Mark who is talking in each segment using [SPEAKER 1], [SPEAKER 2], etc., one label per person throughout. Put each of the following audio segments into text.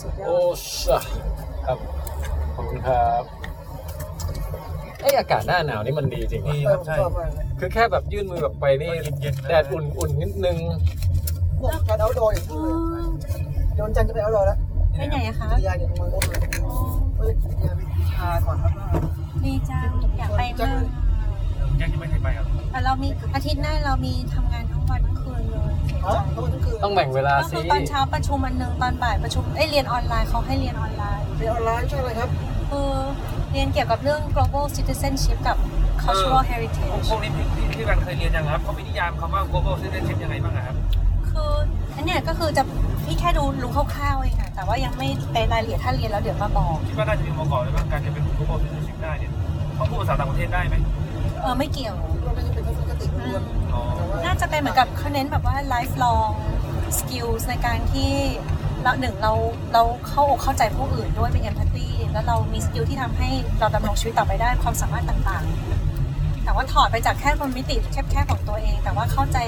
[SPEAKER 1] สุดยอ
[SPEAKER 2] โอ้
[SPEAKER 1] ด
[SPEAKER 2] สะครับ ขอบคุณครับไอยอากาศหน้าหนาวนี่มันดีจริง
[SPEAKER 3] ดี
[SPEAKER 2] วะ
[SPEAKER 3] ครับใช่
[SPEAKER 2] คือแค่แบบยื่นมือแบบไปนี่
[SPEAKER 3] เย็นๆนะ
[SPEAKER 2] แดดอุ่นๆนิดนึง
[SPEAKER 4] พวกการเอาท์ดอยอย่างนี้เลยโยนจันทร์จะไปเอาท์ดอยแล้ว
[SPEAKER 1] ไปไหนอะคะ
[SPEAKER 4] จักรยานอยู่ตรงมันรถเลยเฮ้ยจักรยานไปชาก่อนครับ
[SPEAKER 1] ดีจังอยากไปมาก
[SPEAKER 3] แยังไม่ได้ไปครับ
[SPEAKER 1] แต่เรามีอาทิตย์หน้าเรามีทำงานทั้งวันทั้งคืนเลย
[SPEAKER 4] ฮะแล้วมันก็คือ
[SPEAKER 2] ต้องแบ่งเวลา
[SPEAKER 1] ก็
[SPEAKER 2] สิ
[SPEAKER 1] คือตอนเช้าประชุมอันหนึ่งตอนบ่ายประชุมไอยเรียนออนไลน์เขาให้เรียนออนไลน์
[SPEAKER 4] เรียนออนไลน์ใช่ไหมครับ
[SPEAKER 1] คือเรียนเกี่ยวกับเรื่อง global citizenship กับ cultural
[SPEAKER 3] พวก
[SPEAKER 1] heritage
[SPEAKER 3] พวกนี้ที่ที่พี่วันเคยเรียนยังครับเขามีนิยามคำว่า global citizenship ยังไงบ้างอะครับ
[SPEAKER 1] คืออันเนี้ยก็คือจะพี่แค่ดูรู้คร่าวๆเองอะแต่ว่ายังไม่ไปรายละเอียดถ้าเรียนแล้วเดี๋ยวมาบอก
[SPEAKER 3] คิดว่าน่าจะมีองค์ประกอบอะไรบ้างการจะเป็น global citizenship ได้เนี่ยเขาพูดภาษาต่างประเทศได้ไหม
[SPEAKER 1] เออไม่เกี่ยว
[SPEAKER 4] มันไม่ใช่เป็นทัศนคติรวม
[SPEAKER 3] อ๋อ
[SPEAKER 4] แต่ว่า
[SPEAKER 1] น่าจะเป็นเหมือนกับเขาเน้นแบบว่า lifelong skills ในการที่เราหนึ่งเราเราเข้าอกเข้าใจผู้อื่นด้วยเป็น empathy แล้วเรามีสกิลที่ทำให้เราดำรงชีวิตต่อไปได้ความสามารถต่างๆ แต่ว่าถอดไปจากแค่คนมิติแคบๆของตัวเอง แต่ว่าเข้าใจ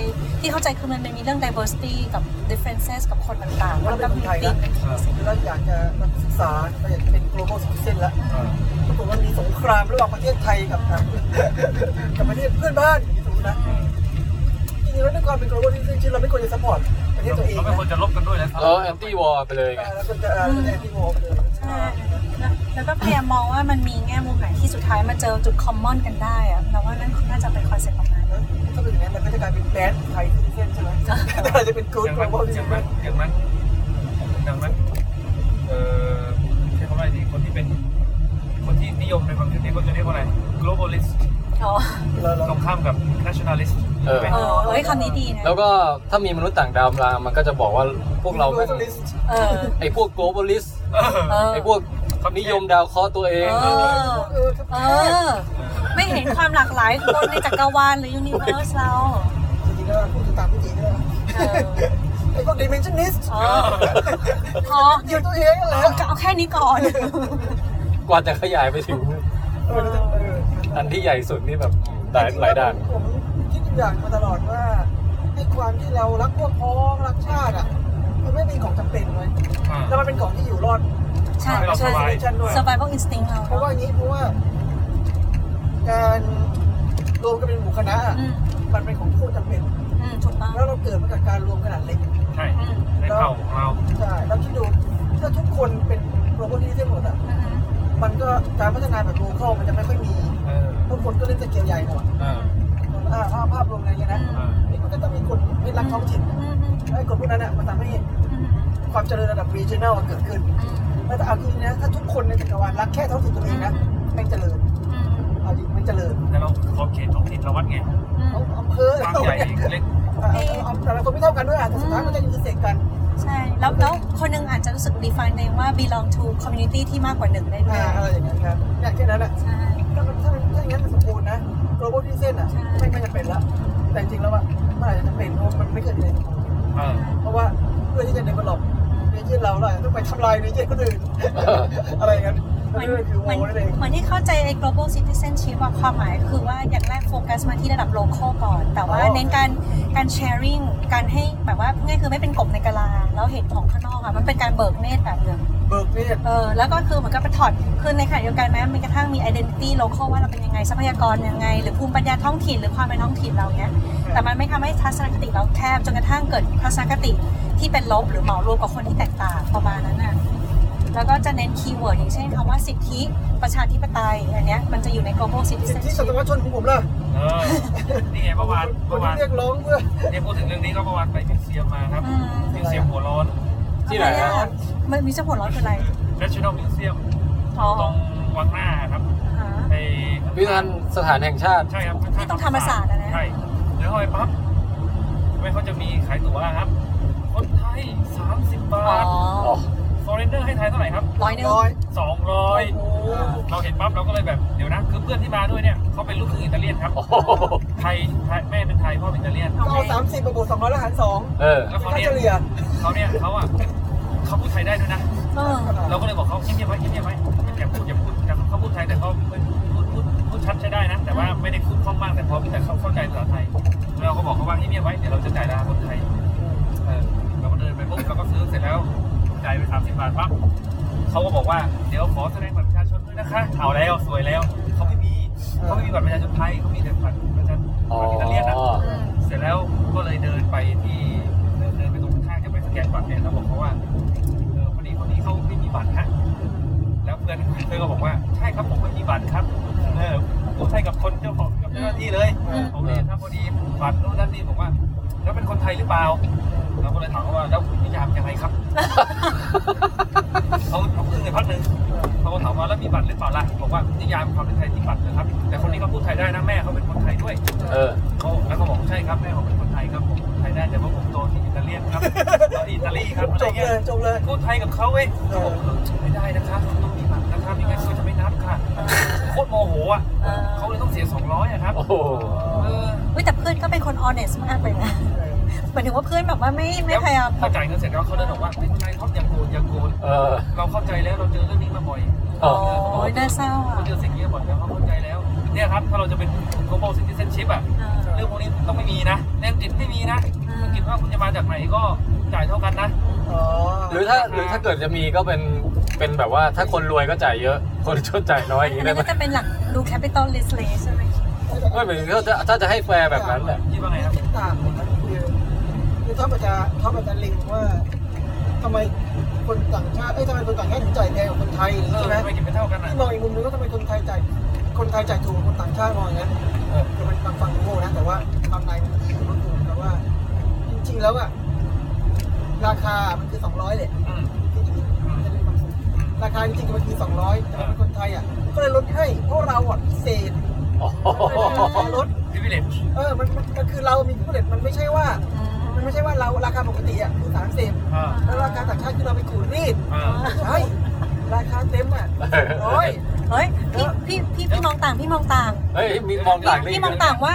[SPEAKER 1] ที่เข้าใจคือมันมีเรื่อง diversity กับ differences กับคนต่างๆ
[SPEAKER 4] เราเป็นคนไทย
[SPEAKER 1] ติ
[SPEAKER 4] นะเราอยากจะนักศึกษาเราอยากจะเป็น global citizen ละปรากฏว่ามีสงครามระหว่างประเทศไทยกับกับประเทศเพื่อนบ้านอย่างนี้สมมตินะจริงๆแล้วในความเป็น global citizen เราไม่ควรจะ support ประเทศตัวเอง
[SPEAKER 3] เขาไม่
[SPEAKER 4] นะ
[SPEAKER 3] ควรจะลบกันด้วยนะ
[SPEAKER 2] เออแอนตี้วอลไปเลยไง
[SPEAKER 4] แล้วก็จะแจกที่โมไปเลย
[SPEAKER 1] ใช่แล้วแล้วก็พยายามมองว่ามันมีแง่มุมไหนที่สุดท้ายมันเจอจุด common กันได้อะเราว่านั่นน่าจะเป็นคอนเซ็ปต์ของมัน
[SPEAKER 4] ถ้าเป็นอย่างนั้นมันก็จะกลายเป็นแบดไทยซิเซนใช่ไหมแต่อาจจะเป็นกู๊ด
[SPEAKER 3] อย่าง
[SPEAKER 4] โกล
[SPEAKER 3] นั้น
[SPEAKER 4] บอล
[SPEAKER 3] อย่างนั้นอย่างนั้นอย่างนั้นเออใช้คำว่าอะไรดีคนที่เป็น คนที่นิยมในความคิดเห็นเขาจะเรียกว่าอะไร globalist
[SPEAKER 1] อ๋อ
[SPEAKER 4] เรา
[SPEAKER 3] ต
[SPEAKER 4] เรา
[SPEAKER 3] รงข้ามกับ nationalist
[SPEAKER 2] เออ
[SPEAKER 1] เออเอ้ยคำนี้ดีนะ
[SPEAKER 2] แล้วก็ถ้ามีมนุษย์ต่างดาวมามันก็จะบอกว่าพวกเราแม่ง
[SPEAKER 1] เออ
[SPEAKER 2] ไอพวก globalist
[SPEAKER 3] เออ
[SPEAKER 1] เออ
[SPEAKER 2] ไอพวกนิยมดาวเคราะห์ตัวเอ
[SPEAKER 1] เอง อ เออ ไม่เห็นความหลากหลายคนในจักรวาลหรือยูนิเวอร์สเรา
[SPEAKER 4] จริงๆแล้วพูดตามพี่ตีด้วย
[SPEAKER 1] เออ
[SPEAKER 4] ไอ้พวกดิเมนชันนิส
[SPEAKER 1] เออพอ
[SPEAKER 4] เดียวตัวเองแหละ
[SPEAKER 1] เอาเอาแค่นี้ก่อน
[SPEAKER 2] กว่าจะขยายไปถึง
[SPEAKER 4] เออ
[SPEAKER 2] อันที่ใหญ่สุดนี่แบบหลายหลายด้าน
[SPEAKER 4] ผมคิดอย่างมาตลอดว่าไอ้ความที่เรารักพวกพ้องรักชาติอ่ะมันไม่เป็นของจำเป็นเลยแล้วมันเป็นของที่อยู่รอด
[SPEAKER 1] ใช่
[SPEAKER 3] ส
[SPEAKER 1] ใช่
[SPEAKER 3] บาย
[SPEAKER 1] survival instinct เรา
[SPEAKER 4] เพราะว่าอย่างนี้เพราะว่า การรวมกันเป็นหมู่คณะอะ
[SPEAKER 1] อืม
[SPEAKER 4] มันเป็นของคู่จำเป็น
[SPEAKER 1] อืมถูกต้อง
[SPEAKER 4] แล้วเราเกิดมาจากการรวมขนาดเล็ก
[SPEAKER 3] ใช่
[SPEAKER 1] อืม
[SPEAKER 3] ในเผ่าของเรา
[SPEAKER 4] ใช่แล้วคิดดูถ้าทุกคนเป็นโปรโมทที่เท่หมดอ่ะ
[SPEAKER 1] อืม
[SPEAKER 4] มันก็การพัฒนาแบบโลคอลมันจะไม่ค่อยมี
[SPEAKER 3] เออ
[SPEAKER 4] ทุกคนก็เล่นสเกลใหญ่หมด
[SPEAKER 3] เออ
[SPEAKER 4] อ่าภาพภาพรวมอะไรอย่างเงี้ยนะ
[SPEAKER 3] เออ
[SPEAKER 4] นี่มันก็ต้องมีคนที่รักท้องถิ่น
[SPEAKER 1] อืมอืม
[SPEAKER 4] ไอ้คนพวกนั้นอ่ะมันทำให้
[SPEAKER 1] อืม
[SPEAKER 4] ความเจริญระดับ regional อะเกิดขึ้น
[SPEAKER 1] อืม
[SPEAKER 4] แล้วแต่เอาจริงๆนะถ้าทุกคนในจักรวาลรักแค่ท้องถิ่นตัวเองนะแม่งเจริญ
[SPEAKER 1] อืม
[SPEAKER 4] เอาจริงแม่งเจริญ
[SPEAKER 3] แต่เราขอบเขตท้องถิ่นเราวัดไง
[SPEAKER 1] อืม
[SPEAKER 4] เอาอำเภอ
[SPEAKER 3] ความใหญ่เล็ก
[SPEAKER 4] แต่ละคนไม่เท่ากันด้วยอ่ะแต่สุดท้ายมันจะอินเตอร์เซ็กกัน
[SPEAKER 1] ใช่ แล้วแล้วคนหนึงอาจจะรู้สึก define ตัวเองว่า belong to community ที่มากกว่าหนึ่งได้ด้ว
[SPEAKER 4] อ่ายอะไรอย่างเงี้ยครับเนี่ยแค่นั้นแหละ
[SPEAKER 1] ใช่
[SPEAKER 4] ถ้ามันถ้ามันถ้าอย่างนั้นมันสมบูรณ์นะโรบอทที่เส้นอ่ะ
[SPEAKER 1] ใช่
[SPEAKER 4] ไม่ไม่จำเป็นละ แต่จริงแล้วอ่ะมันอาจจะจำเป็นเพราะมันไม่เกิดในสมบูรณ์
[SPEAKER 3] เออ
[SPEAKER 4] เพราะว่าเพื่อที่จะเดเวลลอปเนเจอร์เราเราอาจจะต้องไปทำลายเนเจอร์คนอื่ น อะไรอย่างเงี้ย
[SPEAKER 1] เหมือน
[SPEAKER 4] นั่นคือโว
[SPEAKER 1] เหมือน
[SPEAKER 4] นั่นเอง
[SPEAKER 1] เหมือนที่เข้าใจไอ้ global citizenship ว่าความหมายคือว่าอย่างแรกโฟกัสมาที่ระดับ local ก่อน แต่ว่าเน้นการการ sharing การให้แบบว่าง่ายคือไม่เป็นกบในกะลา แล้วเห็นของข้างนอกอะมันเป็นการเบิกเนตรแบบหนึ่ง
[SPEAKER 4] เบิร์กเนี่ย
[SPEAKER 1] เออแล้วก็คือเหมือนกับไปถอดคือในขณะเดียวกันแม้มันกระทั่งมี identity local ว่าเราเป็นยังไงทรัพยากรยังไง หรือภูมิปัญญาท้องถิ่นหรือความเป็นท้องถิ่นเราเนี้ย แต่มันไม่ทำให้ทัศนคติเราแคบจนกระทั่งเกิดทัศนคติที่เป็นลบหรือเหมารวมกับคนที่แตกต่างประมาณนั้นน่ะ แล้วก็จะเน้นคีย์เวิร์ดอย่างเช่นคำว่าสิทธิประชาธิปไตยอันเนี้ยมันจะอยู่ใน global
[SPEAKER 4] สิทธิส
[SPEAKER 1] citizenship
[SPEAKER 4] ตวชนของผมล่ะ
[SPEAKER 3] เออ นี่ไงเมื่ อวาน
[SPEAKER 4] ค
[SPEAKER 3] เมื่
[SPEAKER 4] น
[SPEAKER 3] อวา
[SPEAKER 4] ที่
[SPEAKER 3] น
[SPEAKER 4] เรียกร้องเพื่อ
[SPEAKER 3] เนี่ยพูดถึงเรื่องนี้ก็เมื่อวานไปมิวเซียมมาครับ
[SPEAKER 1] อืม
[SPEAKER 3] มิวเซียมหัวร้อน
[SPEAKER 2] ที่ไหน
[SPEAKER 1] อะ
[SPEAKER 2] ฮะ
[SPEAKER 1] รมันมีเจ้าผลร้อนคืออะไร
[SPEAKER 3] National Museum
[SPEAKER 1] อ๋อ
[SPEAKER 3] ตรงวังหน้าครับ
[SPEAKER 1] อ่า
[SPEAKER 3] ไป
[SPEAKER 2] พิพิธภัณฑ์สถานแห่งชาติ
[SPEAKER 3] ใช่ครับ
[SPEAKER 1] ที่ตรงธรรมศาสตร์อะนะ
[SPEAKER 3] ใช่เดี๋ยวเข้าไปปั๊บไม่เขาจะมีขายตั๋วครับ คนไทย 30 บา
[SPEAKER 1] อ๋อ
[SPEAKER 3] ท foreigner ให้ไทยเท่าไหร่ครับ
[SPEAKER 1] ร้อยหนึ่ง
[SPEAKER 4] ร้อย
[SPEAKER 3] 200 เราเห็นปั๊บเราก็เลยแบบเดี๋ยวนะ คือเพื่อนที่มาด้วยเนี่ยเขาเป็นลูกครึ่งอิตาเลียนครับ
[SPEAKER 2] โอ้โห
[SPEAKER 3] ไทยไทยแม่เป็นไทยพ่อเป็นอิตาเลียน
[SPEAKER 4] ก็เอาสามสิบไปบวกสองร้อยแล้วหารสอง
[SPEAKER 2] เออ
[SPEAKER 3] แล้วเขา
[SPEAKER 4] ค่า
[SPEAKER 3] เนี่ย
[SPEAKER 4] เฉลี่ย
[SPEAKER 3] เขาเนี่ยเขาอ่ะเขาพูดไทยได้ด้วยนะ
[SPEAKER 1] เออ
[SPEAKER 3] เราก็เลยบอกเขาเงียบๆไว้เงียบๆไว้อย่าพูดอย่าพูดแต่เขาพูดไทยแต่เขาไม่พูดพูดพูดชัดใช้ได้นะ แต่ว่าไม่ได้พูดคล่องมากแต่พอแต่เขาเข้าใจภาษาไทย เราก็บอกเขาว่าเงียบๆไว้เดี๋ยวเราจะจ่ายราคาคนไทย เออเราก็เดินไปปุ๊บเราก็ซื้อเสร็จแล้วจ่ายไปสามสิบ บาทปั๊บเขาก็บอกว่าเดี๋ยวขอแสดงบัตรประชาชนด้วยนะคะเอาแล้วสวยแล้วเขาไม่มีเขาไม่มีบัตรประชาชนไทยเขามีแต่บัตรประชาชน
[SPEAKER 2] อ๋อ
[SPEAKER 3] อิตาเลียนอะ เสร็จแล้วก็เลยเดินไปที่เดินเดินไปตรงข้างจะไปสแกนบัตรเนี่ยแล้วบอกเขาว่าเออคนนี้คนนี้เขาไม่มีบัตรฮะแล้วเพื่อนเพื่อนก็บอกว่าใช่ครับผมไม่มีบัตรครับเออผมใช่กับคนเจ้าของกับเจ้าหน้าที่เลย
[SPEAKER 1] อืม
[SPEAKER 3] ผมเนี่ยครับพอดีบัตรโน่นนั่นนี่บอกว่า แล้วเป็นคนไทยหรือเปล่าเราก็เลยถามเขาว่าแล้วคุณนิยามยังไง ครับ เขาเขาพึ่งในพักหนึ่งเขาก็ถามว่าแล้วมีบัตรหรือเปล่าล่ะบอกว่านิยามความเป็นไทยที่บัตรนะครับ แต่คนนี้เขาพูดไทยได้นะแม่เขาเป็นคนไทยด้วย
[SPEAKER 2] เออ
[SPEAKER 3] เขาแล้วก็บอกใช่ครับแม่ผมเป็นคนไทยครับผมคนไทยได้แต่ว่าผมโตที่อิตาเลียนครับโตที่อิตาลีครับอะ
[SPEAKER 4] จ
[SPEAKER 3] ไร
[SPEAKER 4] บ
[SPEAKER 3] เงี้
[SPEAKER 4] เลยยจบเลย
[SPEAKER 3] พูดไทยกับเขาเว้ยเขาบอกไม่ได้นะครับต้องมีบัตรนะครับไม่งั้นเขาจะไม่นับค่ะโคตรโมโหอ่ะ
[SPEAKER 1] เออ
[SPEAKER 3] เขาเลยต้องเสียสองร้อยอะครับ
[SPEAKER 2] โอ้โห
[SPEAKER 3] เออ
[SPEAKER 1] เว้ยแต่เพื่อนก็เป็นคน honest มากเลยนะหมายถึงว่าเพื่อนแบบว่าไม่ไม่พยายาม
[SPEAKER 3] พอจ่ายเงินเสร็จแล้วเขาเดินออกว่าเป็นไงครับอย่าโกรธอย่าโกรธ
[SPEAKER 2] เออ
[SPEAKER 3] เราเข้าใจแล้วเราเจอเรื่องนี้มาบ่อย
[SPEAKER 2] อ๋อ
[SPEAKER 1] โอ้ยน่าเศร้าอ่ะ
[SPEAKER 3] เราเจอสิ่งนี้มาบ่อยแล้วเขาเข้าใจแล้วเนี่ยครับถ้าเราจะเป็น global citizenship อ่ะ
[SPEAKER 1] เออ
[SPEAKER 3] เรื่องพวกนี้ต้องไม่มีนะเรื่องจิตไม่มีนะ
[SPEAKER 1] อ่า
[SPEAKER 3] เรื่องจิตว่าคุณจะมาจากไหนก็จ่ายเท่ากันนะ
[SPEAKER 4] อ๋อ
[SPEAKER 2] หรือถ้าหรือถ้าเกิดจะมีก็เป็น เป็นแบบว่าถ้าคนรวยก็จ่ายเยอะ คนจนจ่ายน้อยอย่าง
[SPEAKER 1] อั
[SPEAKER 2] นี้
[SPEAKER 1] น
[SPEAKER 2] ได้
[SPEAKER 1] นี้
[SPEAKER 2] ไหม
[SPEAKER 1] ก็จะเป็นหลักดู capitalist เลยใช่ไหม
[SPEAKER 2] ไม่เหมือนถ้าจะถ้าจะให้แฟร์แบบนั้นแหละ
[SPEAKER 3] คิดว่าไงครับ
[SPEAKER 4] คิดต่างเลยนะคือคือท็อปอาจจะท็อปอาจจะเล็งว่าทำไมคนต่างชาติเอ้ยทำไมคนต่างชาติถึงจ่ายแพงกว่าคนไทย
[SPEAKER 3] เออ
[SPEAKER 4] ใช่ไหม
[SPEAKER 3] ทำไมกินไม่เท่ากันอ่ะ
[SPEAKER 4] ที่มองอีกมุมนึงก็ทำไมคนไทยจ่ายคนไทยจ่ายถูกกว่าคนต่างชาติมองอย่างนั้น
[SPEAKER 3] เออ
[SPEAKER 4] คือมันบางฝั่งโง่นะแต่ว่าตามในมันก็ถูกแต่ว่า จริงๆแล้วอะราคามันคือ 200เลย
[SPEAKER 3] อืม
[SPEAKER 4] ที่จริงๆมันจะได้ความสุขราคาจริงๆมันคือ 200แต่ว่าเป็นคนไทยอะก็เลยลดให้เพราะเราอะพิเศษ
[SPEAKER 2] โอ้โห
[SPEAKER 4] ลด
[SPEAKER 3] พิเวเลต
[SPEAKER 4] เออมันมันมันคือเรามีผู้เล่นมันไม่ใช่ว่า มันไม่ใช่ว่าเราราคาปกติอะคือสามสิบ
[SPEAKER 3] อ่า
[SPEAKER 4] แล้วราคาต่างชาติคือเราไปขูดรีด
[SPEAKER 3] อ่า
[SPEAKER 4] ใช่ราคาเต็มอะร้อย
[SPEAKER 1] เฮ้ยพี่พี่พี่พี่มองต่างพี่มองต่าง
[SPEAKER 2] เฮ้ยมีมองต่างได้
[SPEAKER 1] พี่
[SPEAKER 2] อีก
[SPEAKER 1] มองต่างว่า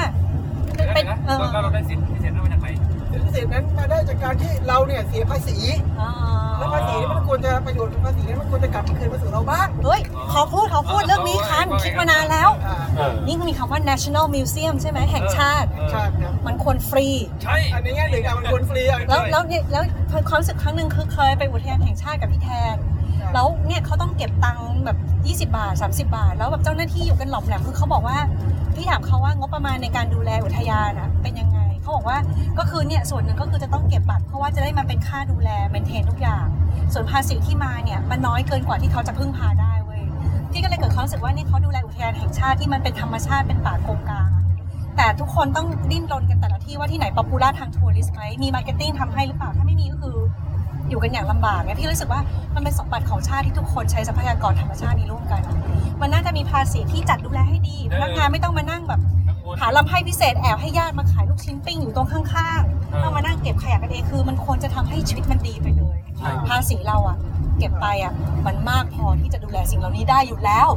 [SPEAKER 3] เดี๋ยวนะ
[SPEAKER 1] เป็น
[SPEAKER 3] เดี๋ยวนะ
[SPEAKER 1] เออ
[SPEAKER 3] แล้วเราได้สิทธิ์พิเศษนั้นมาจากไหน
[SPEAKER 4] พิเศษนั้นมาได้จากการที่เราเนี่ยเสียภาษี
[SPEAKER 1] อ๋อ
[SPEAKER 4] แล้วภาษีนี่มันควรจะประโยชน์ภาษีนี่มันควรจะกลับมาคืนมาสู่เราบ้าง
[SPEAKER 1] เฮ้ยขอพูดขอพูดเรื่องนี้คันคิดมานานแล้ว
[SPEAKER 4] อ่า
[SPEAKER 2] เออ
[SPEAKER 1] นี่มีคำว่า national museum ใช่ไหมแห่งชาติ
[SPEAKER 3] เออ
[SPEAKER 4] ชาตินะ
[SPEAKER 1] มันควรฟรี
[SPEAKER 3] ใช่
[SPEAKER 4] อันนี้ง่ายหนึ่งอ่ะมันควรฟรีอ่ะ
[SPEAKER 1] แล้วแล้วเนี่ยแล้วความรู้สึกครั้งหนึ่งคือเคยไปอุทยานแห่งชาติกับพี่แทน แล้วเนี่ยเขาต้องเก็บตังค์แบบ 20 บาท 30 บาท แล้วแบบเจ้าหน้าที่อยู่กันหล่อมแหลมคือเขาบอกว่าพี่ถามเขาว่างบประมาณในการดูแลอุทยานอะเป็นยังไงเขาบอกว่าก็คือเนี่ยส่วนหนึ่งก็คือจะต้องเก็บบัตรเพราะว่าจะได้มาเป็นค่าดูแลเมนเทนทุกอย่าง ส่วนภาษีที่มาเนี่ยมันน้อยเกินกว่าที่เขาจะพึ่งพาได้เว้ยที่ก็เลยเกิดความรู้สึกว่าเนี่ยเขาดูแลอุทยานแห่งชาติที่มันเป็นธรรมชาติเป็นป่าโกงกลางอะแต่ทุกคนต้องดิ้นรนกันแต่ละที่ว่าที่ไหนป๊อปปูล่าทางทัวริสต์ไหมมีมาร์เก็ตติ้งทำให้หรือเปล่าถ้าไม่มีก็คือ อยู่กันอย่างลำบากเนี่ยพี่รู้สึกว่ามันเป็นสมบัติของชาติที่ทุกคนใช้ทรัพยากรธรรมชาตินี้ร่วมกันอะมันน่าจะมีภาษีที่จัดดูแลให้ดีพนักงานไม่ต้องมานั่งแบบ
[SPEAKER 3] กังวล
[SPEAKER 1] หาลำไส้พิเศษแอบให้ญาติมาขายลูกชิ้นปิ้งอยู่ตรงข้าง
[SPEAKER 3] เอ
[SPEAKER 1] ๆ
[SPEAKER 3] อ
[SPEAKER 1] ต้องมานั่งเก็บขยะกันเองคือ มันควรจะทำให้ชีวิตมันดีไปเลย
[SPEAKER 2] ใช่
[SPEAKER 1] ภาษีเราอะเก็บไปอะมันมากพอที่จะดูแลสิ่งเหล่านี้ได้อยู่แล้ว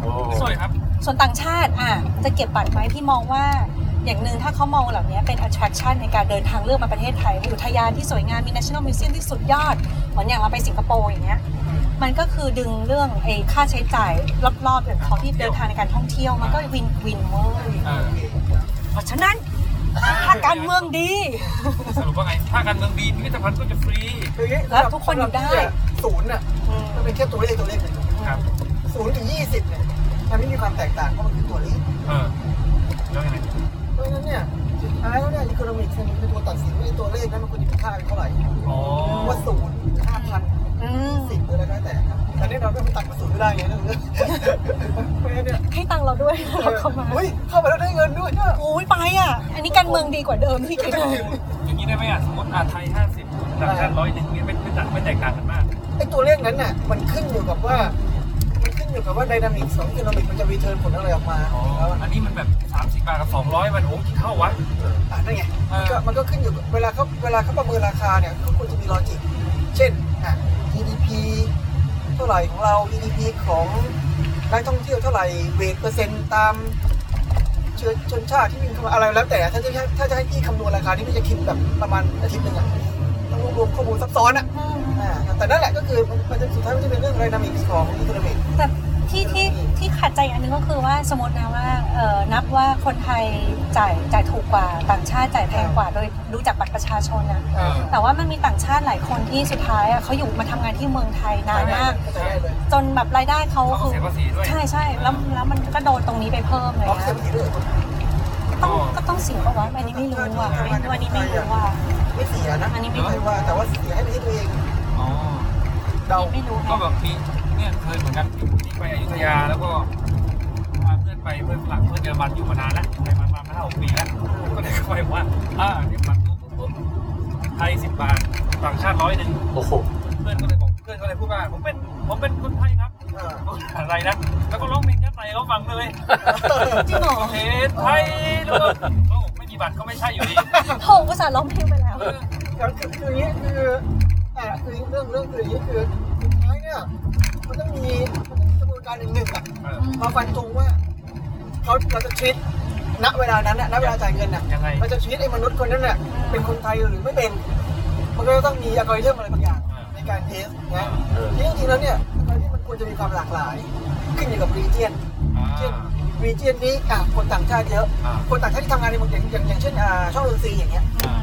[SPEAKER 2] โอ้โห
[SPEAKER 3] สวยครับ
[SPEAKER 1] ส่วนต่างชาติอ่ะจะเก็บบัตรไหมพี่มองว่า อย่างหนึ่งถ้าเขามองเหล่านี้เป็น attraction ในการเดินทางเลือกมาประเทศไทยมีอุทยานที่สวยงามมี national museum ที่สุดยอด เหมือนอย่างเราไปสิงคโปร์อย่างเงี้ยมันก็คือดึงเรื่องไอ้ค่าใช้จ่ายรอบๆอย่างเขาที่เดินทางในการท่องเที่ยว มันก็วินวินเว้ย
[SPEAKER 3] เออ
[SPEAKER 1] เพราะฉะนั้นถ้าการเมืองดี
[SPEAKER 3] สรุปว่าไงถ้าการเมืองดีพิพิธภัณฑ์ก็จะฟรี
[SPEAKER 4] คืออย่างงี้
[SPEAKER 1] แล้วทุกคนอยู่ได้
[SPEAKER 4] ศูนย์อ่ะมันเป็นแค่ตัวเลขตัวเลขหนึ่ง
[SPEAKER 3] ครับ
[SPEAKER 4] ศูนย์ถึงยี่สิบเนี่ยมันไม่มีความแตกต่างเพราะมันคือตัวเลข
[SPEAKER 3] เออแล้วยังไง
[SPEAKER 4] เพราะฉะนั้นเนี่ยสุดท้ายแล้วเนี่ยอีโคโนมิกส์มันเป็นตัวตัดสินว่าไอ้ตัวเลขนั้นมันควรจะมีค่าเท่าไหร่
[SPEAKER 3] อ๋อ
[SPEAKER 4] ว่าศูนย์ห้าพัน
[SPEAKER 1] อืม
[SPEAKER 4] สิบหรืออะไรก็แล้วแต่ครับแต่แน่นอนก็มันตัดกระสุนไม่ได้ไงนั่นเลยเพราะฉะนั้นเนี่ย
[SPEAKER 1] ให้ตังค์เราด้วยเราเข้ามา
[SPEAKER 4] เฮ้ยเข้ามาแล้วได้เงินด้วยเนี่ย
[SPEAKER 1] โอ้ยไปอ่ะ อันนี้การเมืองดีกว่าเดิมที่คิด
[SPEAKER 3] อย่างนี้ได้ไหมอ่ะสมมติอ่ะไทยห้าสิบต่างชาติร้อยหนึ่งเนี่ยไม่ไม่ต่างไม่แตกต่างกันมาก
[SPEAKER 4] ไอ้ตัวเลขนั้นน่ะ มันขึ้นอยู่กับว่า มันขึ้นอยู่กับว่าไดนามิกสองกิโลเมตรมันจะรีเทิร์นผลอะไรออกมา
[SPEAKER 3] อ๋อ
[SPEAKER 4] แล้วอ่ะ
[SPEAKER 3] อันนี้มันแบบสามสิบบาทกับสองร้อยมันโอ้กินข้าววะ
[SPEAKER 4] อ่ะนั่นไง
[SPEAKER 3] เออ
[SPEAKER 4] ก็มันก็ขึ้นอยู่กับเวลาเขาเวลาเขาประเมินราคาเนี่ยเขาควรจะมีลอจิก เช่นอ่ะ GDP เท่าไหร่ของเรา GDP ของนักท่องเที่ยวเท่าไหร่เวทเปอร์เซ็นต์ตามเชื้อชนชาติที่มีเข้ามาอะไรแล้วแต่ถ้าจะให้ถ้าจะให้พี่คำนวณราคานี่พี่จะคิดแบบประมาณอาทิตย์หนึ่งอ่ะต้องรวบรวมข้อมูลซับซ้อนอ่ะ
[SPEAKER 1] อืม
[SPEAKER 4] อ่าแต่นั่นแหละก็คือมันมันจะสุดท้ายมันจะเป็นเรื่องไดนามิกของอีโคโนมิก
[SPEAKER 1] แต่ ที่ที่ที่ขัดใจอันนึงก็คือว่าสมมตินะว่าเอ่อนับว่าคนไทยจ่ายจ่ายถูกกว่าต่างชาติจ่ายแพงกว่าโดยดูจากบัตรประชาชนนะ
[SPEAKER 4] เออ
[SPEAKER 1] แต่ว่ามันมีต่างชาติหลายคนที่สุดท้ายอ่ะเขาอยู่มาทำงานที่เมืองไทยนานมาก
[SPEAKER 4] เข้าใจได้เลย
[SPEAKER 1] จนแบบรายได้เขา
[SPEAKER 3] เขาก็
[SPEAKER 1] คือ
[SPEAKER 3] เสียภาษีด้วย
[SPEAKER 1] ใช่ใช่แล้วแล้วมันก็โดนตรงนี้ไปเพิ่มเลย
[SPEAKER 4] ออกเสีย
[SPEAKER 1] นะ
[SPEAKER 4] งผิดด้วยเหรอ
[SPEAKER 1] ต้องก็ต้องเสียปะวะอันนี้ไม่รู้อ่ะอันนี้ไม่รู้อ่ะ
[SPEAKER 4] ไม่เสียนะ
[SPEAKER 1] อันนี้ไม่
[SPEAKER 4] ไม่ใช่ว่าแต่ว่าเสียให้ประเทศตัวเอง
[SPEAKER 3] อ๋อ
[SPEAKER 4] เดา
[SPEAKER 1] ไม่รู้
[SPEAKER 3] ก็
[SPEAKER 1] นะ
[SPEAKER 3] แบบมีเนี่ยเคยเหมือนกันมีไปอยุธยาแล้วก็พาเพื่อนไปเพื่อนฝรั่งเพื่อนเยอรมันอยู่มานานแล้วไปมามาห้าหกปีแล้วก็เลยค่อยๆบอกว่าอ่าเนี่ยบัตรปุ๊บปุ๊บปุ๊บไทยสิบบาทต่างชาติร้อยหนึ่ง
[SPEAKER 2] โอ้โห
[SPEAKER 3] เพื่อนก็เลยบอกเพื่อนก็เลยพูดว่าผมเป็นผมเป็นคนไทยครับ
[SPEAKER 4] อ่า
[SPEAKER 3] ผมอะไรนะแล้วก็ร้องเพลงชาติไทยเขาฟังเลย
[SPEAKER 1] จริงเหรอ
[SPEAKER 3] เพลงไทยแล้วก็เขาบอกไม่มีบัตรก็ไม่ใช่อยู่ดี
[SPEAKER 1] โหภาษาห์ร้องเพลงไปแล้ว
[SPEAKER 3] เออ
[SPEAKER 4] ก็คือคืออย่างนี้คืออ่าคือเรื่องเรื่องคืออย่างนี้คือสุดท้ายเนี่ยมันต้องมีมันต้องมีกระบวนการหนึ่งหนึ่งอะ
[SPEAKER 3] เออ
[SPEAKER 4] มาฟันธงว่าเขาเราจะชีตณเวลานั้นน่ะณเวลาจ่ายเงินน่ะ
[SPEAKER 3] ยังไง
[SPEAKER 4] เราจะชีตไอ้มนุษย์คนนั้นน่ะเป็นคนไทยหรือไม่เป็น มันก็ต้องมีอัลกอริทึมอะไรบางอย่างในการเทสนะที่จริงๆแล้วเนี่ยอัลกอริทึมมันควรจะมีความหลากหลาย ขึ้นอยู่กับรีเจียน
[SPEAKER 3] อ่า
[SPEAKER 4] เช่นรีเจียนนี้อ่ะคนต่างชาติเยอะ
[SPEAKER 3] อ่า
[SPEAKER 4] คนต่างชาติที่ทำงานในเมืองอย่างอย่างอย่างเช่นอ่าช่องดนตรีอย่างเงี้ย
[SPEAKER 3] อ่า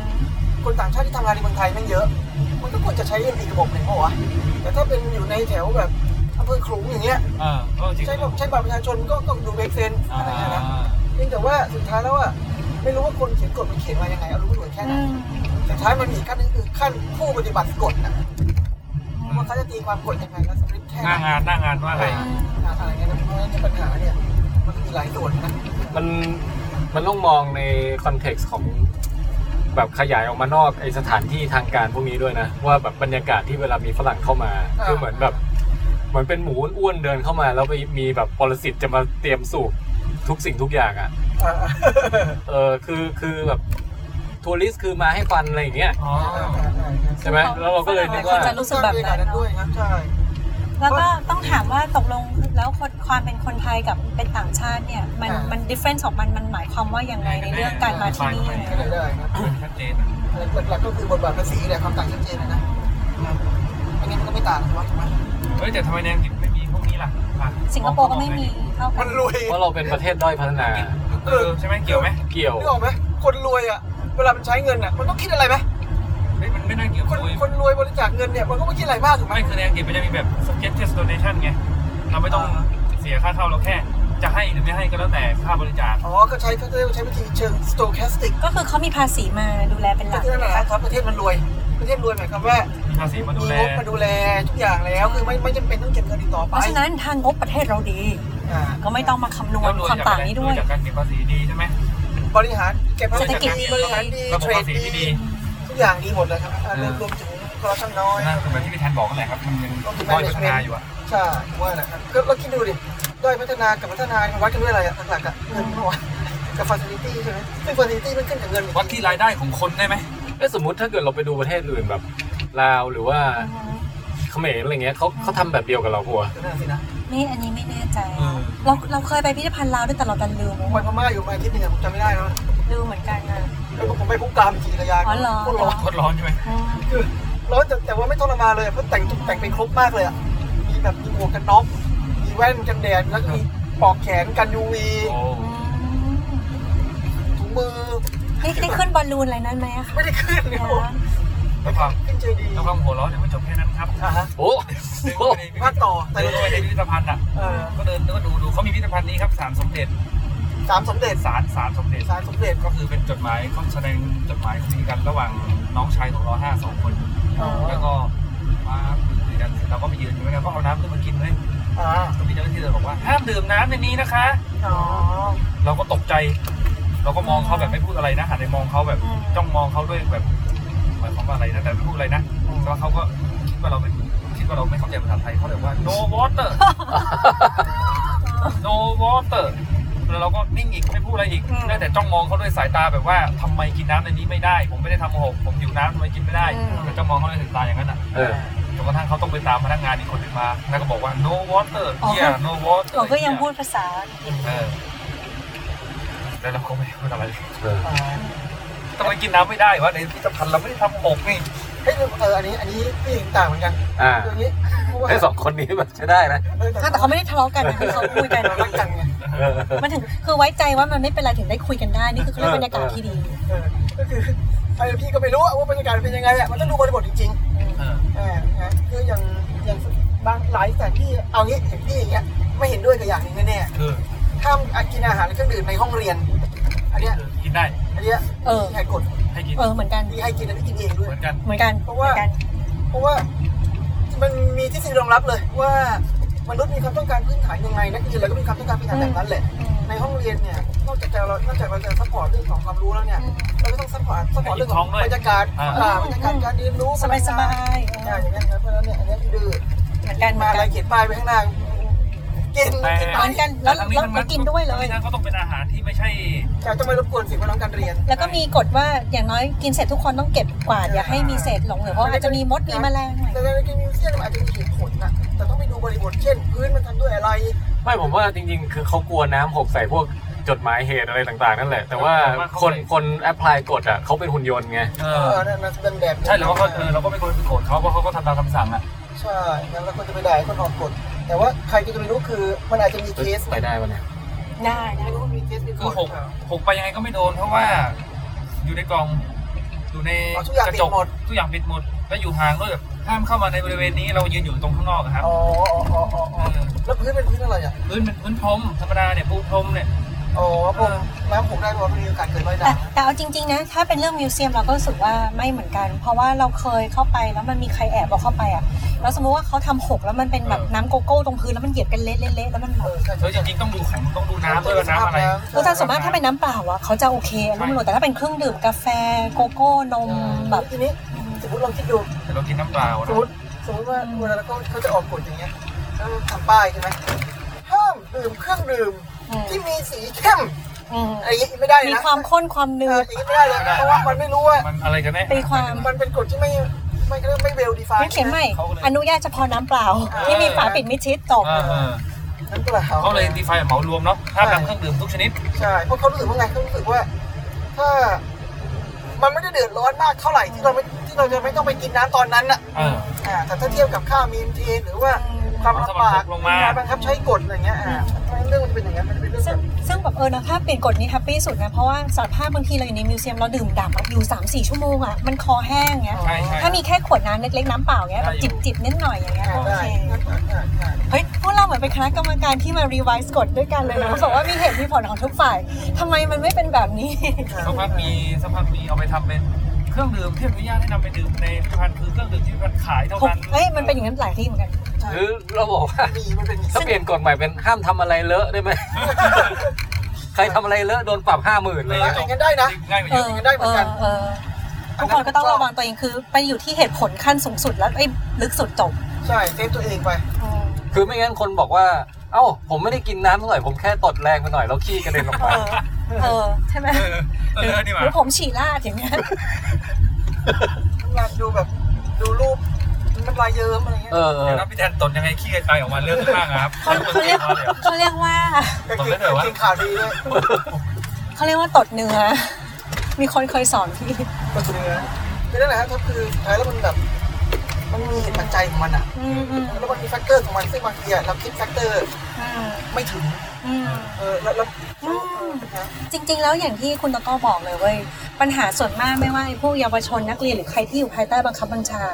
[SPEAKER 4] คนต่างชาติที่ทำงานในเมืองไทยแม่งเยอะ มันก็ควรจะใช้อีกระบบหนึ่งเพราะวะ แต่ถ้าเป็นอยู่ในแถวแบบอำเภอขลุงอย่างเงี้ย
[SPEAKER 3] เออเออจริง
[SPEAKER 4] ใช้แบบใช้บัตรประชาชนก็ก็ดูเบกเซน
[SPEAKER 3] อ่า
[SPEAKER 4] อะไรอย่างเงี้ยนะเพียงแต่ว่าสุดท้ายแล้วอะไม่รู้ว่าคนเขียนกฎมันเขียนมายังไงเอารู้หน่วยแค่นั้นแต่ท้ายมันมีอีกขั้นหนึงคือขั้นผู้ปฏิบัติกฎนะว่าเขาจะตีความกฎยังไงแล้วสคริปต์แค่
[SPEAKER 3] หน้า
[SPEAKER 4] ไหน
[SPEAKER 3] งานหน้างานว่าอะไร
[SPEAKER 4] อะไรเงี้ยนะเพราะฉะนั้นปัญหาเนี่ยมันก็มีหลายส่วนนะ
[SPEAKER 2] มันมันต้องมองในคอนเท็กซ์ของแบบขยายออกมานอกไอสถานที่ทางการพวกนี้ด้วยนะ ว่าแบบบรรยากาศที่เวลามีฝรั่งเข้ามา
[SPEAKER 4] อ่า
[SPEAKER 2] คือเหมือนแบบเหมือนเป็นหมูอ้วนๆเดินเข้ามา แล้วไปมีแบบปรสิตจะมาเตรียมสูบทุกสิ่งทุกอย่างอ่ะ
[SPEAKER 4] เออ
[SPEAKER 2] เออคือคือแบบทัวริสต์คือมาให้ฟันอะไรอย่างเงี้ย
[SPEAKER 3] อ๋อ
[SPEAKER 2] ใช่ไหมแล้วเราก็เลยนึกว่า
[SPEAKER 1] จะรู้สึกแบบนั้น
[SPEAKER 4] ด้วยครับใช่
[SPEAKER 1] แล้วก็ต้องถามว่าตกลงแล้วคนความเป็นคนไทยกับเป็นต่างชาติเนี่ย มัน
[SPEAKER 4] อ่ามั
[SPEAKER 1] มัน difference ของมันมันหมายความว่าอย่างไรในเรื่องการมาที่นี่
[SPEAKER 3] ไม่
[SPEAKER 4] ก็เลยได้ครับ
[SPEAKER 3] ชัดเจนอะ
[SPEAKER 4] หลักๆก็คือบทบาทภาษีแหละความต่างชัดเจนนะนะอันนี้มันก็ไม่ต่างหรอกใช่ไหม
[SPEAKER 3] เฮ้ยแต่ทำไมในอังกฤษไม่มีพวกนี้ล่ะอ่ะ
[SPEAKER 1] สิงคโปร์ก็ไม่มีเท่ากั
[SPEAKER 4] มัน นรวย
[SPEAKER 2] เพราะเราเป็นประเทศด้อยพัฒนา
[SPEAKER 3] เออใช่ไหมเกี่ยวไหม
[SPEAKER 2] เกี่ยว
[SPEAKER 4] นึกออกไหมคนรวยอ่ะ เวลามันใช้เงินอ่ะ มันต้องคิดอะไรไหม
[SPEAKER 3] เฮ้ยมันไม่น่าเกี่ยว
[SPEAKER 4] คน
[SPEAKER 3] เลย
[SPEAKER 4] คนรวยบริจาคเงินเนี่ย มันก็ไม่คิดอะไรมากถูกไหม
[SPEAKER 3] ไม่คือในอังกฤษมันจะมีแบบ suggested donation ไง เราไม่ต้อง
[SPEAKER 4] อ่า
[SPEAKER 3] เสียค่าเข้าเราแค่ จะให้หรือไม่ให้ก็แล้วแต่ค่าบริจาค
[SPEAKER 4] อ๋อ ก็ใช้ก็ใช้วิธีเชิง stochastic
[SPEAKER 1] ก็คือเขามีภาษีมาดูแลเป็นห
[SPEAKER 4] ป
[SPEAKER 1] ลั
[SPEAKER 4] ระ
[SPEAKER 1] ก
[SPEAKER 4] เทศนั้นแหละครับประเทศมันรวย ประเทศรวยหมายความว่า
[SPEAKER 3] มีภาษีมาดูแล
[SPEAKER 4] งบมาดูแลทุกอย่างแล้ว คือไม่ไม่จำเป็นต้องเก็บเงินอีกต่อ
[SPEAKER 1] เพ
[SPEAKER 4] ไป
[SPEAKER 1] ราะฉะนั้นทางงบประเทศเราดี
[SPEAKER 4] อ่า
[SPEAKER 1] ก็ไม่ต้องมาคำนวณ
[SPEAKER 3] แล้รย
[SPEAKER 1] ความ
[SPEAKER 3] จก
[SPEAKER 1] ต่างนี้ด้วย
[SPEAKER 3] รจากการเก็บภาษีดีใช่ไหม
[SPEAKER 4] บริหารเก็บภา
[SPEAKER 1] เศรษฐ
[SPEAKER 4] ษี
[SPEAKER 1] กิจดี
[SPEAKER 4] ดีบริหารดี
[SPEAKER 3] ระบบ
[SPEAKER 4] เทร
[SPEAKER 3] ภา
[SPEAKER 4] ด
[SPEAKER 3] ษีที่ดี
[SPEAKER 4] ดีทุกอย่างดีหมดเลยครับอ่า
[SPEAKER 3] เออ
[SPEAKER 4] รวมถึงคอร์รัปชันน้อย
[SPEAKER 3] นั่นคือแบบที่พี่แทนบอกนั่นแหละครับมันยังด้อยพัฒนาอยู่อะ
[SPEAKER 4] ใช่ว่านะครับก็เราคิดดูดิด้อยพัฒนากับพัฒนาวัดกันด้วยอะไรอะหลักๆอะเงินเมื่อวานกับฟาซิลิตี้ใช่ไหมซึ่งฟาซิลิตี้มันขึ้นกับเงิน
[SPEAKER 3] วัดที่รายได้ของคนได้ไหม
[SPEAKER 2] เอ้ยสมมติถ้าเกิดเราไปดูประเทศอื่นแบบลาวหรือว่า
[SPEAKER 1] อือฮึ
[SPEAKER 2] เขมรอะไรเงี้ยเขาเขาทำแบบเดียวกับเราปัว
[SPEAKER 4] นั่นสินะ
[SPEAKER 1] นี่อันนี้ไม่แน่ใจ
[SPEAKER 3] เออ
[SPEAKER 1] เราเราเคยไปพิพิธภัณฑ์ลาวด้วยแต่เราดันลืม
[SPEAKER 4] ผมไปพม่าอยู่มาอาทิตย์หนึงอะผมจำไม่ได้แล้ว
[SPEAKER 1] ลืมเหมือนกันนะ
[SPEAKER 4] แล้วผมไปพุกกามขี่จักรยาน
[SPEAKER 1] อ๋อเหรอ
[SPEAKER 4] โคตร้อน
[SPEAKER 3] โคตรร้อนใช่ไหม
[SPEAKER 1] อืม
[SPEAKER 4] คือร้อนแต่แต่ว่าไม่ทรมานเลยเพราะแต่งแต่งเป็นครบมากเลยอะมีแบบมีหมวกกันน็อกมีแว่นกันแดดแล้วก็มีปลอกแขนกันยูวี
[SPEAKER 3] โอ้
[SPEAKER 4] ถุงมือ
[SPEAKER 1] นี่ได้ขึ้นบอลลูนอะไรนั้นไหมอะคะ
[SPEAKER 4] ไม่ได้ขึ้นเนี่ยผม
[SPEAKER 3] แล้วความ
[SPEAKER 4] ขึ้นเจดีย์
[SPEAKER 3] แล้วความหัวเร้อนยังไม่จบแค่นั้นครับ
[SPEAKER 4] อ่ะฮะ
[SPEAKER 2] โอ้โห
[SPEAKER 4] ภาคต่อแต่
[SPEAKER 3] เดิ
[SPEAKER 4] ละ
[SPEAKER 3] น
[SPEAKER 4] หน่
[SPEAKER 3] ไป
[SPEAKER 4] วย
[SPEAKER 3] ในพิพิธภัณฑ์อะ
[SPEAKER 4] เออ
[SPEAKER 3] ก็เดินแล้วก็ดูดูเขามีพิพิธภัณฑ์นี้ครับสารสมเด็จ
[SPEAKER 4] สามสมเด็จ
[SPEAKER 3] สารสารสมเด็จ
[SPEAKER 4] สามสมเด็จ
[SPEAKER 3] ก็คือเป็นจดหมายเขาแสดงจดหมายคุยกันระหว่างน้องชายของรอห้าสองคน
[SPEAKER 4] อ๋อ
[SPEAKER 3] แล้วก็มาคุยกันเสร็จเราก็ไปยืนอยู่ด้วยกันก็เอาน้ำขึ้นมากินเลย
[SPEAKER 4] อ่า
[SPEAKER 3] ก็มีเจ้าหน้าที่เลยบอกว่าห้ามดื่มน้ำในนี้นะคะ
[SPEAKER 4] อ๋อ
[SPEAKER 3] เราก็ตกใจ เราก็มองเขาแบบไม่พูดอะไรนะหันไปมองเขาแบบจ้องมองเขาด้วยแบบหมายความว่าอะไรนะแต่ไม่พูดอะไรนะแล้วเขาก็คิดว่าเราไม่คิดว่าเราไม่เข้าใจภาษาไทยเขาเลยว่า no water no water แล้วเราก็นิ่งอีกไม่พูดอะไรอีก
[SPEAKER 4] อืม
[SPEAKER 3] ได้แต่จ้องมองเขาด้วยสายตาแบบว่าทำไมกินน้ำในนี้ไม่ได้ ผมไม่ได้ทำโมโหกผมหิวน้ำทำไมกินไม่ได้
[SPEAKER 1] อืม
[SPEAKER 3] ก็จ้องมองเขาด้วยสายตาอย่างนั้นอ่ะ
[SPEAKER 2] เออ
[SPEAKER 3] จนกระทั่งเขาต้องไปตามพนักงานอีกคนหนึ่งมา แล้วก็บอกว่า no water เหีย no water
[SPEAKER 1] เราก็ยังพูดภาษาอังกฤษ
[SPEAKER 3] เออแล้วเราก็ไม่ได้พูดอะไรเลย
[SPEAKER 2] เออ
[SPEAKER 4] อ่า
[SPEAKER 3] ทำไมกินน้ำไม่ได้วะในพิพิธภัณฑ์เราไม่ได้ทำหมกนี่
[SPEAKER 4] เฮ้ยเอออันนี้อันนี้พี่เห็นต่างเหมือนกัน
[SPEAKER 2] อ่า
[SPEAKER 4] ตรงนี้
[SPEAKER 2] ไอ้สองคนนี้แบบใช้ได้นะ
[SPEAKER 4] เออ
[SPEAKER 1] อ่ะแต่เขาไม่ได้ทะเลาะกันนะคือเขาคุยกัน
[SPEAKER 4] เรารักกันไง
[SPEAKER 2] เออ
[SPEAKER 1] มันถึงคือไว้ใจว่ามันไม่เป็นไรถึงได้คุยกันได้นี่คือเขาเรียก
[SPEAKER 2] เออ
[SPEAKER 1] บรรยากาศที่ดี
[SPEAKER 4] เออก็คือไอพี่ก็ไม่รู้อะว่าบรรยากาศเป็นยังไงอะมันต้องดูบริบทจริง
[SPEAKER 3] เออ
[SPEAKER 4] ๆอ่านะคืออย่างอย่างบางหลายสถานที่เอางี้อย่างพี่อย่างเงี้ยไม่เห็นด้วยกับอย่างนี้แน่
[SPEAKER 3] คือ
[SPEAKER 4] ๆห้ามกินอาหารและเครื่องดื่มในห้องเรียน อันเนี้ย
[SPEAKER 3] กินได้
[SPEAKER 4] อันเนี้ย
[SPEAKER 1] เออ
[SPEAKER 4] พี่ให้กด
[SPEAKER 3] ให้กิน
[SPEAKER 1] เออเหมือนกัน
[SPEAKER 4] พี่ให้กินอันนี้กินเองด้ว
[SPEAKER 3] เห
[SPEAKER 4] ย
[SPEAKER 3] มือนกัน
[SPEAKER 1] เหมือนกัน
[SPEAKER 4] เพราะว่า
[SPEAKER 1] หมือนกัน
[SPEAKER 4] เพราะว่ามันมีทฤษฎีรองรับเลยว่ามนุษย์มีความต้องการพื้นฐานยังไงนักเรียนเราก็มีความต้องการพื้นฐานแบบนั้นแหละ
[SPEAKER 1] อืม
[SPEAKER 4] ในห้องเรียนเนี่ย นอกจากจะเรานอกจากเราจะซัพพอร์ตเรื่องของความรู้แล้วเนี่ย เราก็ต้องซัพพอร์ตซัพพอร์ตเรื่องของบรรยากาศ
[SPEAKER 3] อ่า
[SPEAKER 4] อ่าบรรยากาศการเรียนรู้
[SPEAKER 1] สบายสบาย
[SPEAKER 4] ใช่อย่างนั้นครับเพราะฉะนั้นเนี่ยอันนี้คือดื้อ
[SPEAKER 1] เหมือนกันเหมื
[SPEAKER 4] มา
[SPEAKER 1] อน
[SPEAKER 4] อะไร
[SPEAKER 1] กัน
[SPEAKER 4] เขียนป้ายไปข้างหน้ากินกิน
[SPEAKER 1] เห
[SPEAKER 4] ไป
[SPEAKER 1] มือนกันแล้ว
[SPEAKER 3] ต่ทั้ง
[SPEAKER 1] แล้ว
[SPEAKER 3] ทั้ง
[SPEAKER 1] แล้วกินด้วยเลย
[SPEAKER 3] ทั้งนั้นก็ต้องเป็นอาหารที่ไม่ใช่
[SPEAKER 4] แต่จะไม่รบกวนสิ่งแวดล้อมการเรียน
[SPEAKER 1] แล้วก็มีกฎว่าอย่างน้อยกินเสร็จทุกคนต้องเก็บกวาดอย่าให้มีเศษหลงเหลือเพราะอาจจะมีมดมีแมลงอะไร
[SPEAKER 4] แต่ในกินมิวเซียมมันอาจจะมีเหตุผลนะแต่ต้องไปดูบริบทเช่น พื้นมันทำด้วยอะไร
[SPEAKER 2] ไม่ผมว่าจริงๆ คือเขากลัวน้ำหกใส่พวกจดหมายเหตุอะไรต่างๆ นั่นแหละ แต่ว่า
[SPEAKER 3] แต่ว่าเขา
[SPEAKER 2] คน
[SPEAKER 3] ไม่
[SPEAKER 2] คนแอพพลายกฎอ่ะเขาเป็นหุ่นยนต์ไง
[SPEAKER 3] เอ
[SPEAKER 4] เอ
[SPEAKER 3] อ
[SPEAKER 4] อนั่นนะเป็นแบบ
[SPEAKER 3] ใช่แล้วก็เออเราก็ไม่ควรไปโกรธเขาเพราะเขาก็ทำตามคำสั่งอ่ะ
[SPEAKER 4] ใช่แล้วเราควรจะไปด่าให้คนออกกฎแต่ว่าใครก็จะไม่รู้คือมันอาจจะมีเคส
[SPEAKER 2] ไปได้ปะเนี่ย
[SPEAKER 1] ได้ได้
[SPEAKER 4] ไม่รู้ว่ามีเคสมีก
[SPEAKER 3] คือ
[SPEAKER 4] ฎ
[SPEAKER 3] หกหกไปยังไงก็ไม่โดน เพราะว่า อยู่ในกล่อง อยู่ใน
[SPEAKER 4] เอาทุกอย่าง
[SPEAKER 3] กระ
[SPEAKER 4] ปิ
[SPEAKER 3] จ
[SPEAKER 4] ด
[SPEAKER 3] ก
[SPEAKER 4] หมด
[SPEAKER 3] ทุกอย่างปิดหมด แล้วอยู่ห่างด้วยแบบห้ามเข้ามาในบริเวณนี้เรายืนอยู่ตรงข้างนอกอะครับ
[SPEAKER 4] อ๋ออ๋ออ๋ออ๋อ
[SPEAKER 3] เอ
[SPEAKER 4] อ๋อ
[SPEAKER 3] อ
[SPEAKER 4] แล้วพื้นเป็นพื้นอะไรอ่ะ
[SPEAKER 3] พื้นเป็นพื้นพรมธรรมดาเนี่ยปูพรมเนี่ย
[SPEAKER 4] อ๋อผมน้ำผมได้เพราะมันมีโอกาสเกิดรอย
[SPEAKER 1] แต่
[SPEAKER 4] ด่าง
[SPEAKER 1] แต่เอาจริงๆนะ ถ้าเป็นเรื่องมิวเซียมเราก็รู้สึกว่าไม่เหมือนกัน เพราะว่าเราเคยเข้าไปแล้วมันมีใครแอบเอาเข้าไปอ่ะแล้วสมมุติว่าเขาทำหกแล้วมันเป็นแบบ
[SPEAKER 3] เออ
[SPEAKER 1] น้ำโกโก้ตรงพื้นแล้วมันเหยียบกันเละๆเละๆแล้วมันแบ
[SPEAKER 4] เอบ อใช่
[SPEAKER 3] เออจริงๆต้องดูของต้องดูน้ำด้วยว่าน้ำอะไร
[SPEAKER 1] โอ้แต่สมมติถ้าเป็นน้ำเปล่าอ่ะเขาจะโอเครู้มันรู้แต่ถ้าเป็นเครื่องดื่มกาแฟโกโก้นมแบบ
[SPEAKER 4] ทีนี้สมมติลองคิดดู
[SPEAKER 3] แต่เรากินน้ำเปล่า
[SPEAKER 4] ส
[SPEAKER 3] นะ
[SPEAKER 4] มมติสมมติว่าเวลาเราเขาเขาจะออกกฎอย่างเงี้ยเขาทำป้ายใช่ไหมห้ามดื่มเครื่องดื่ม
[SPEAKER 1] อืม
[SPEAKER 4] ที่มีสีเข้ม
[SPEAKER 1] อืม
[SPEAKER 4] อะไรอย่างงี้ไม่ได้
[SPEAKER 1] มี
[SPEAKER 4] นะ
[SPEAKER 1] ความข้นความ
[SPEAKER 4] เอ
[SPEAKER 1] เนื้
[SPEAKER 4] อ
[SPEAKER 1] อ
[SPEAKER 4] อย่างงี้ไม่ได้เลยเพราะว่ามันไม่รู้ว่า
[SPEAKER 3] มันอะไรกันแน่
[SPEAKER 1] ตีความ
[SPEAKER 4] มันเป็นกฎที่ไม่ไม่เขาเรียกไม่เวลดีไฟ
[SPEAKER 1] งั้นเขียนใหม่
[SPEAKER 3] เขาก็เลย
[SPEAKER 1] อนุญาตเฉพาะน้ำเปล่า ที่มีฝาปิดมิดชิดตก
[SPEAKER 3] เออเออ
[SPEAKER 4] นั่นก็แหละเขา
[SPEAKER 3] เขาเลยดีไฟเหมารวมเนาะห้ามนำเครื่องดื่มทุกชนิด
[SPEAKER 4] ใช่เพราะเขารู้สึกว่าไงเขารู้สึกว่า ถ้า มันไม่ได้เดือดร้อนมากเท่าไหร่ที่เราไม่ที่เราจะไม่ต้องไปกินน้ำตอนนั้นน่ะ
[SPEAKER 3] เออ
[SPEAKER 4] อ่าแต่ถ้าเทียบกับค่ามีมเทนหรือว่าความลำบาก
[SPEAKER 3] ลงมา
[SPEAKER 4] รบังคับใช้กฎอะไรเงี้ยอ่าเรื่องมันจะเป็นอย่างนั้นมันจะเป็นเรื่องแบบ
[SPEAKER 1] ซึ่งซึ่งแบบเออนะถ้าเปลี่ยนกฎนี้แฮปปี้สุดนะ เพราะว่าสารภาพบางทีเราอยู่ในมิวเซียมเราดื่มด่ำอะอยู่ 3 4 ชั่วโมงอ่ะ มันคอแห้งเงี้ย
[SPEAKER 3] ใช่ใช่
[SPEAKER 1] ถ้ามีแค่ขวดน้ำเล็กๆ น้ำเปล่าเงี้ย
[SPEAKER 3] ได้
[SPEAKER 1] แบบ
[SPEAKER 3] อยู่
[SPEAKER 1] จิบจิบนิดหน่อยอย่างเงี้ย
[SPEAKER 4] ได้
[SPEAKER 1] โอเค
[SPEAKER 4] ได้
[SPEAKER 1] เฮ้ย พวกเราเหมือนเป็นคณะกรรมการที่มารีไวซ์กฎด้วยกันเลยนะบอกว่ามีเหตุมีผลของทุกฝ่ายทำไมมันไม่เป็นแบบนี้
[SPEAKER 3] สักพักมีสักพักมีเอาไปทำเป็นเครื่องดื่มที่อนุญาตให้นำไปดื่มในพิพิธภัณฑ์คือเครื่องดื่มที่พิพิธภัณฑ์ขายเท่านั้น
[SPEAKER 1] เฮ้ย มันเป็นอย่างนั้นหลายที่เหมือนกัน
[SPEAKER 2] หรือเราบอกว่า
[SPEAKER 4] มีมันเป็น
[SPEAKER 2] ถ้าเปลี่ยนกฎใหม่เป็นห้ามทำอะไรเลอะได้ ไหม ใครทำอะไรเลอะโดนปรับห้าหมื่นเลย
[SPEAKER 4] เอย่างนั้นได้นะ
[SPEAKER 3] ง่ายกว่า
[SPEAKER 1] เอ
[SPEAKER 3] เยอะ
[SPEAKER 1] อ
[SPEAKER 4] ได้เหมือนกัน
[SPEAKER 1] เออทุกคนก็ต้องระวังตัวเองคือไปอยู่ที่เหตุผลขั้นสูงสุดแล้วไอ้ยลึกสุดจบ
[SPEAKER 4] ใช่เซฟตัวเองไป
[SPEAKER 2] คือไม่งั้นคนบอกว่า เอ้า ผมไม่ได้กินน้ำเท่าไหร่ผมแค่ตดแรงไปหน่อยแล้วขี้กระเด็นออก
[SPEAKER 1] เอ
[SPEAKER 2] มา
[SPEAKER 1] อ เออ ใช่ไหม
[SPEAKER 3] เออเออเออนี่หว่า
[SPEAKER 1] หรือผมฉี่ลาดอย่างเงี้ย
[SPEAKER 4] งานดูแบบดูรูปมันลายเยิ้มอะไรเงี้ย
[SPEAKER 2] เออเอ
[SPEAKER 3] เดี๋ย
[SPEAKER 2] อ
[SPEAKER 3] วรับพี่แทนตดยังไงขี้กายออกมาเลือดข้างอะครับ
[SPEAKER 1] เขาเขาเรียก
[SPEAKER 3] เขาเลยอะ
[SPEAKER 1] เขาเรียกว่า
[SPEAKER 4] แต่เก่งเก่งข่าวดีด้วย
[SPEAKER 1] เขาเรียกว่าตดเนื้อ มีคนเคยสอนพี่
[SPEAKER 4] ก็คือคือนั่นแหละครับคือสุดท้ายแล้วมันแบบ มันมีเหตุปัจจัยของมันอ่ะ
[SPEAKER 1] อืมอืม
[SPEAKER 4] แล้วมันมีแฟกเตอร์ของมันซึ่งบางทีอะเราคิดแฟกเตอร์
[SPEAKER 1] อืม
[SPEAKER 4] ไม่ถึง
[SPEAKER 1] อืม
[SPEAKER 4] เออแล้วแล้วเออเออ
[SPEAKER 1] จริงๆ แล้วอย่างที่คุณตะก้อบอกเลยเว้ย ปัญหาส่วนมากไม่ว่าไอ้พวกเยาวชนนักเรียนหรือใครที่อยู่ภายใต้บังคับบัญชา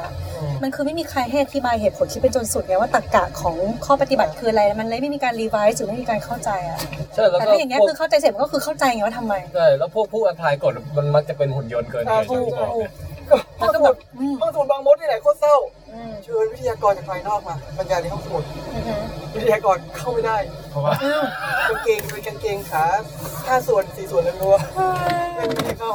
[SPEAKER 1] มันคือไม่มีใครให้อธิบายเหตุผลที่เป็นจนสุดไงว่าตรรกะของข้อปฏิบัติคืออะไร มันเลยไม่มีการรีไวซ์หรือไม่มีการเข้าใจอะ
[SPEAKER 2] ใช่แล้ว
[SPEAKER 1] แต่
[SPEAKER 2] ก็
[SPEAKER 1] ถ้าอย่างเงี้ย
[SPEAKER 2] พวก
[SPEAKER 1] คือเข้าใจเสร็จมันก็คือเข้าใจไงว่าทำไม
[SPEAKER 2] ใช่แล้วพวกผู้อพลายกฎมันมักจะเป็นหุ่นยนต์เกินไป
[SPEAKER 4] อ่า
[SPEAKER 2] อย่างที่บอก
[SPEAKER 4] ห้องสมุดห้องสมุดบางมดนี่แหละโคตรเศร้า
[SPEAKER 1] อืม
[SPEAKER 4] เชิญวิทยากรจากภายนอกมาบรรยายในห้องสมุด
[SPEAKER 1] อืม
[SPEAKER 4] วิทยากรเข้าไม่ได้
[SPEAKER 3] เพราะว่า
[SPEAKER 1] อืม
[SPEAKER 4] กางเกงเป็นกางเกงขาห้าส่วนสี่ส่วนเลยไม่รู้ว่า
[SPEAKER 1] อืม
[SPEAKER 4] ไม่ได้เข้า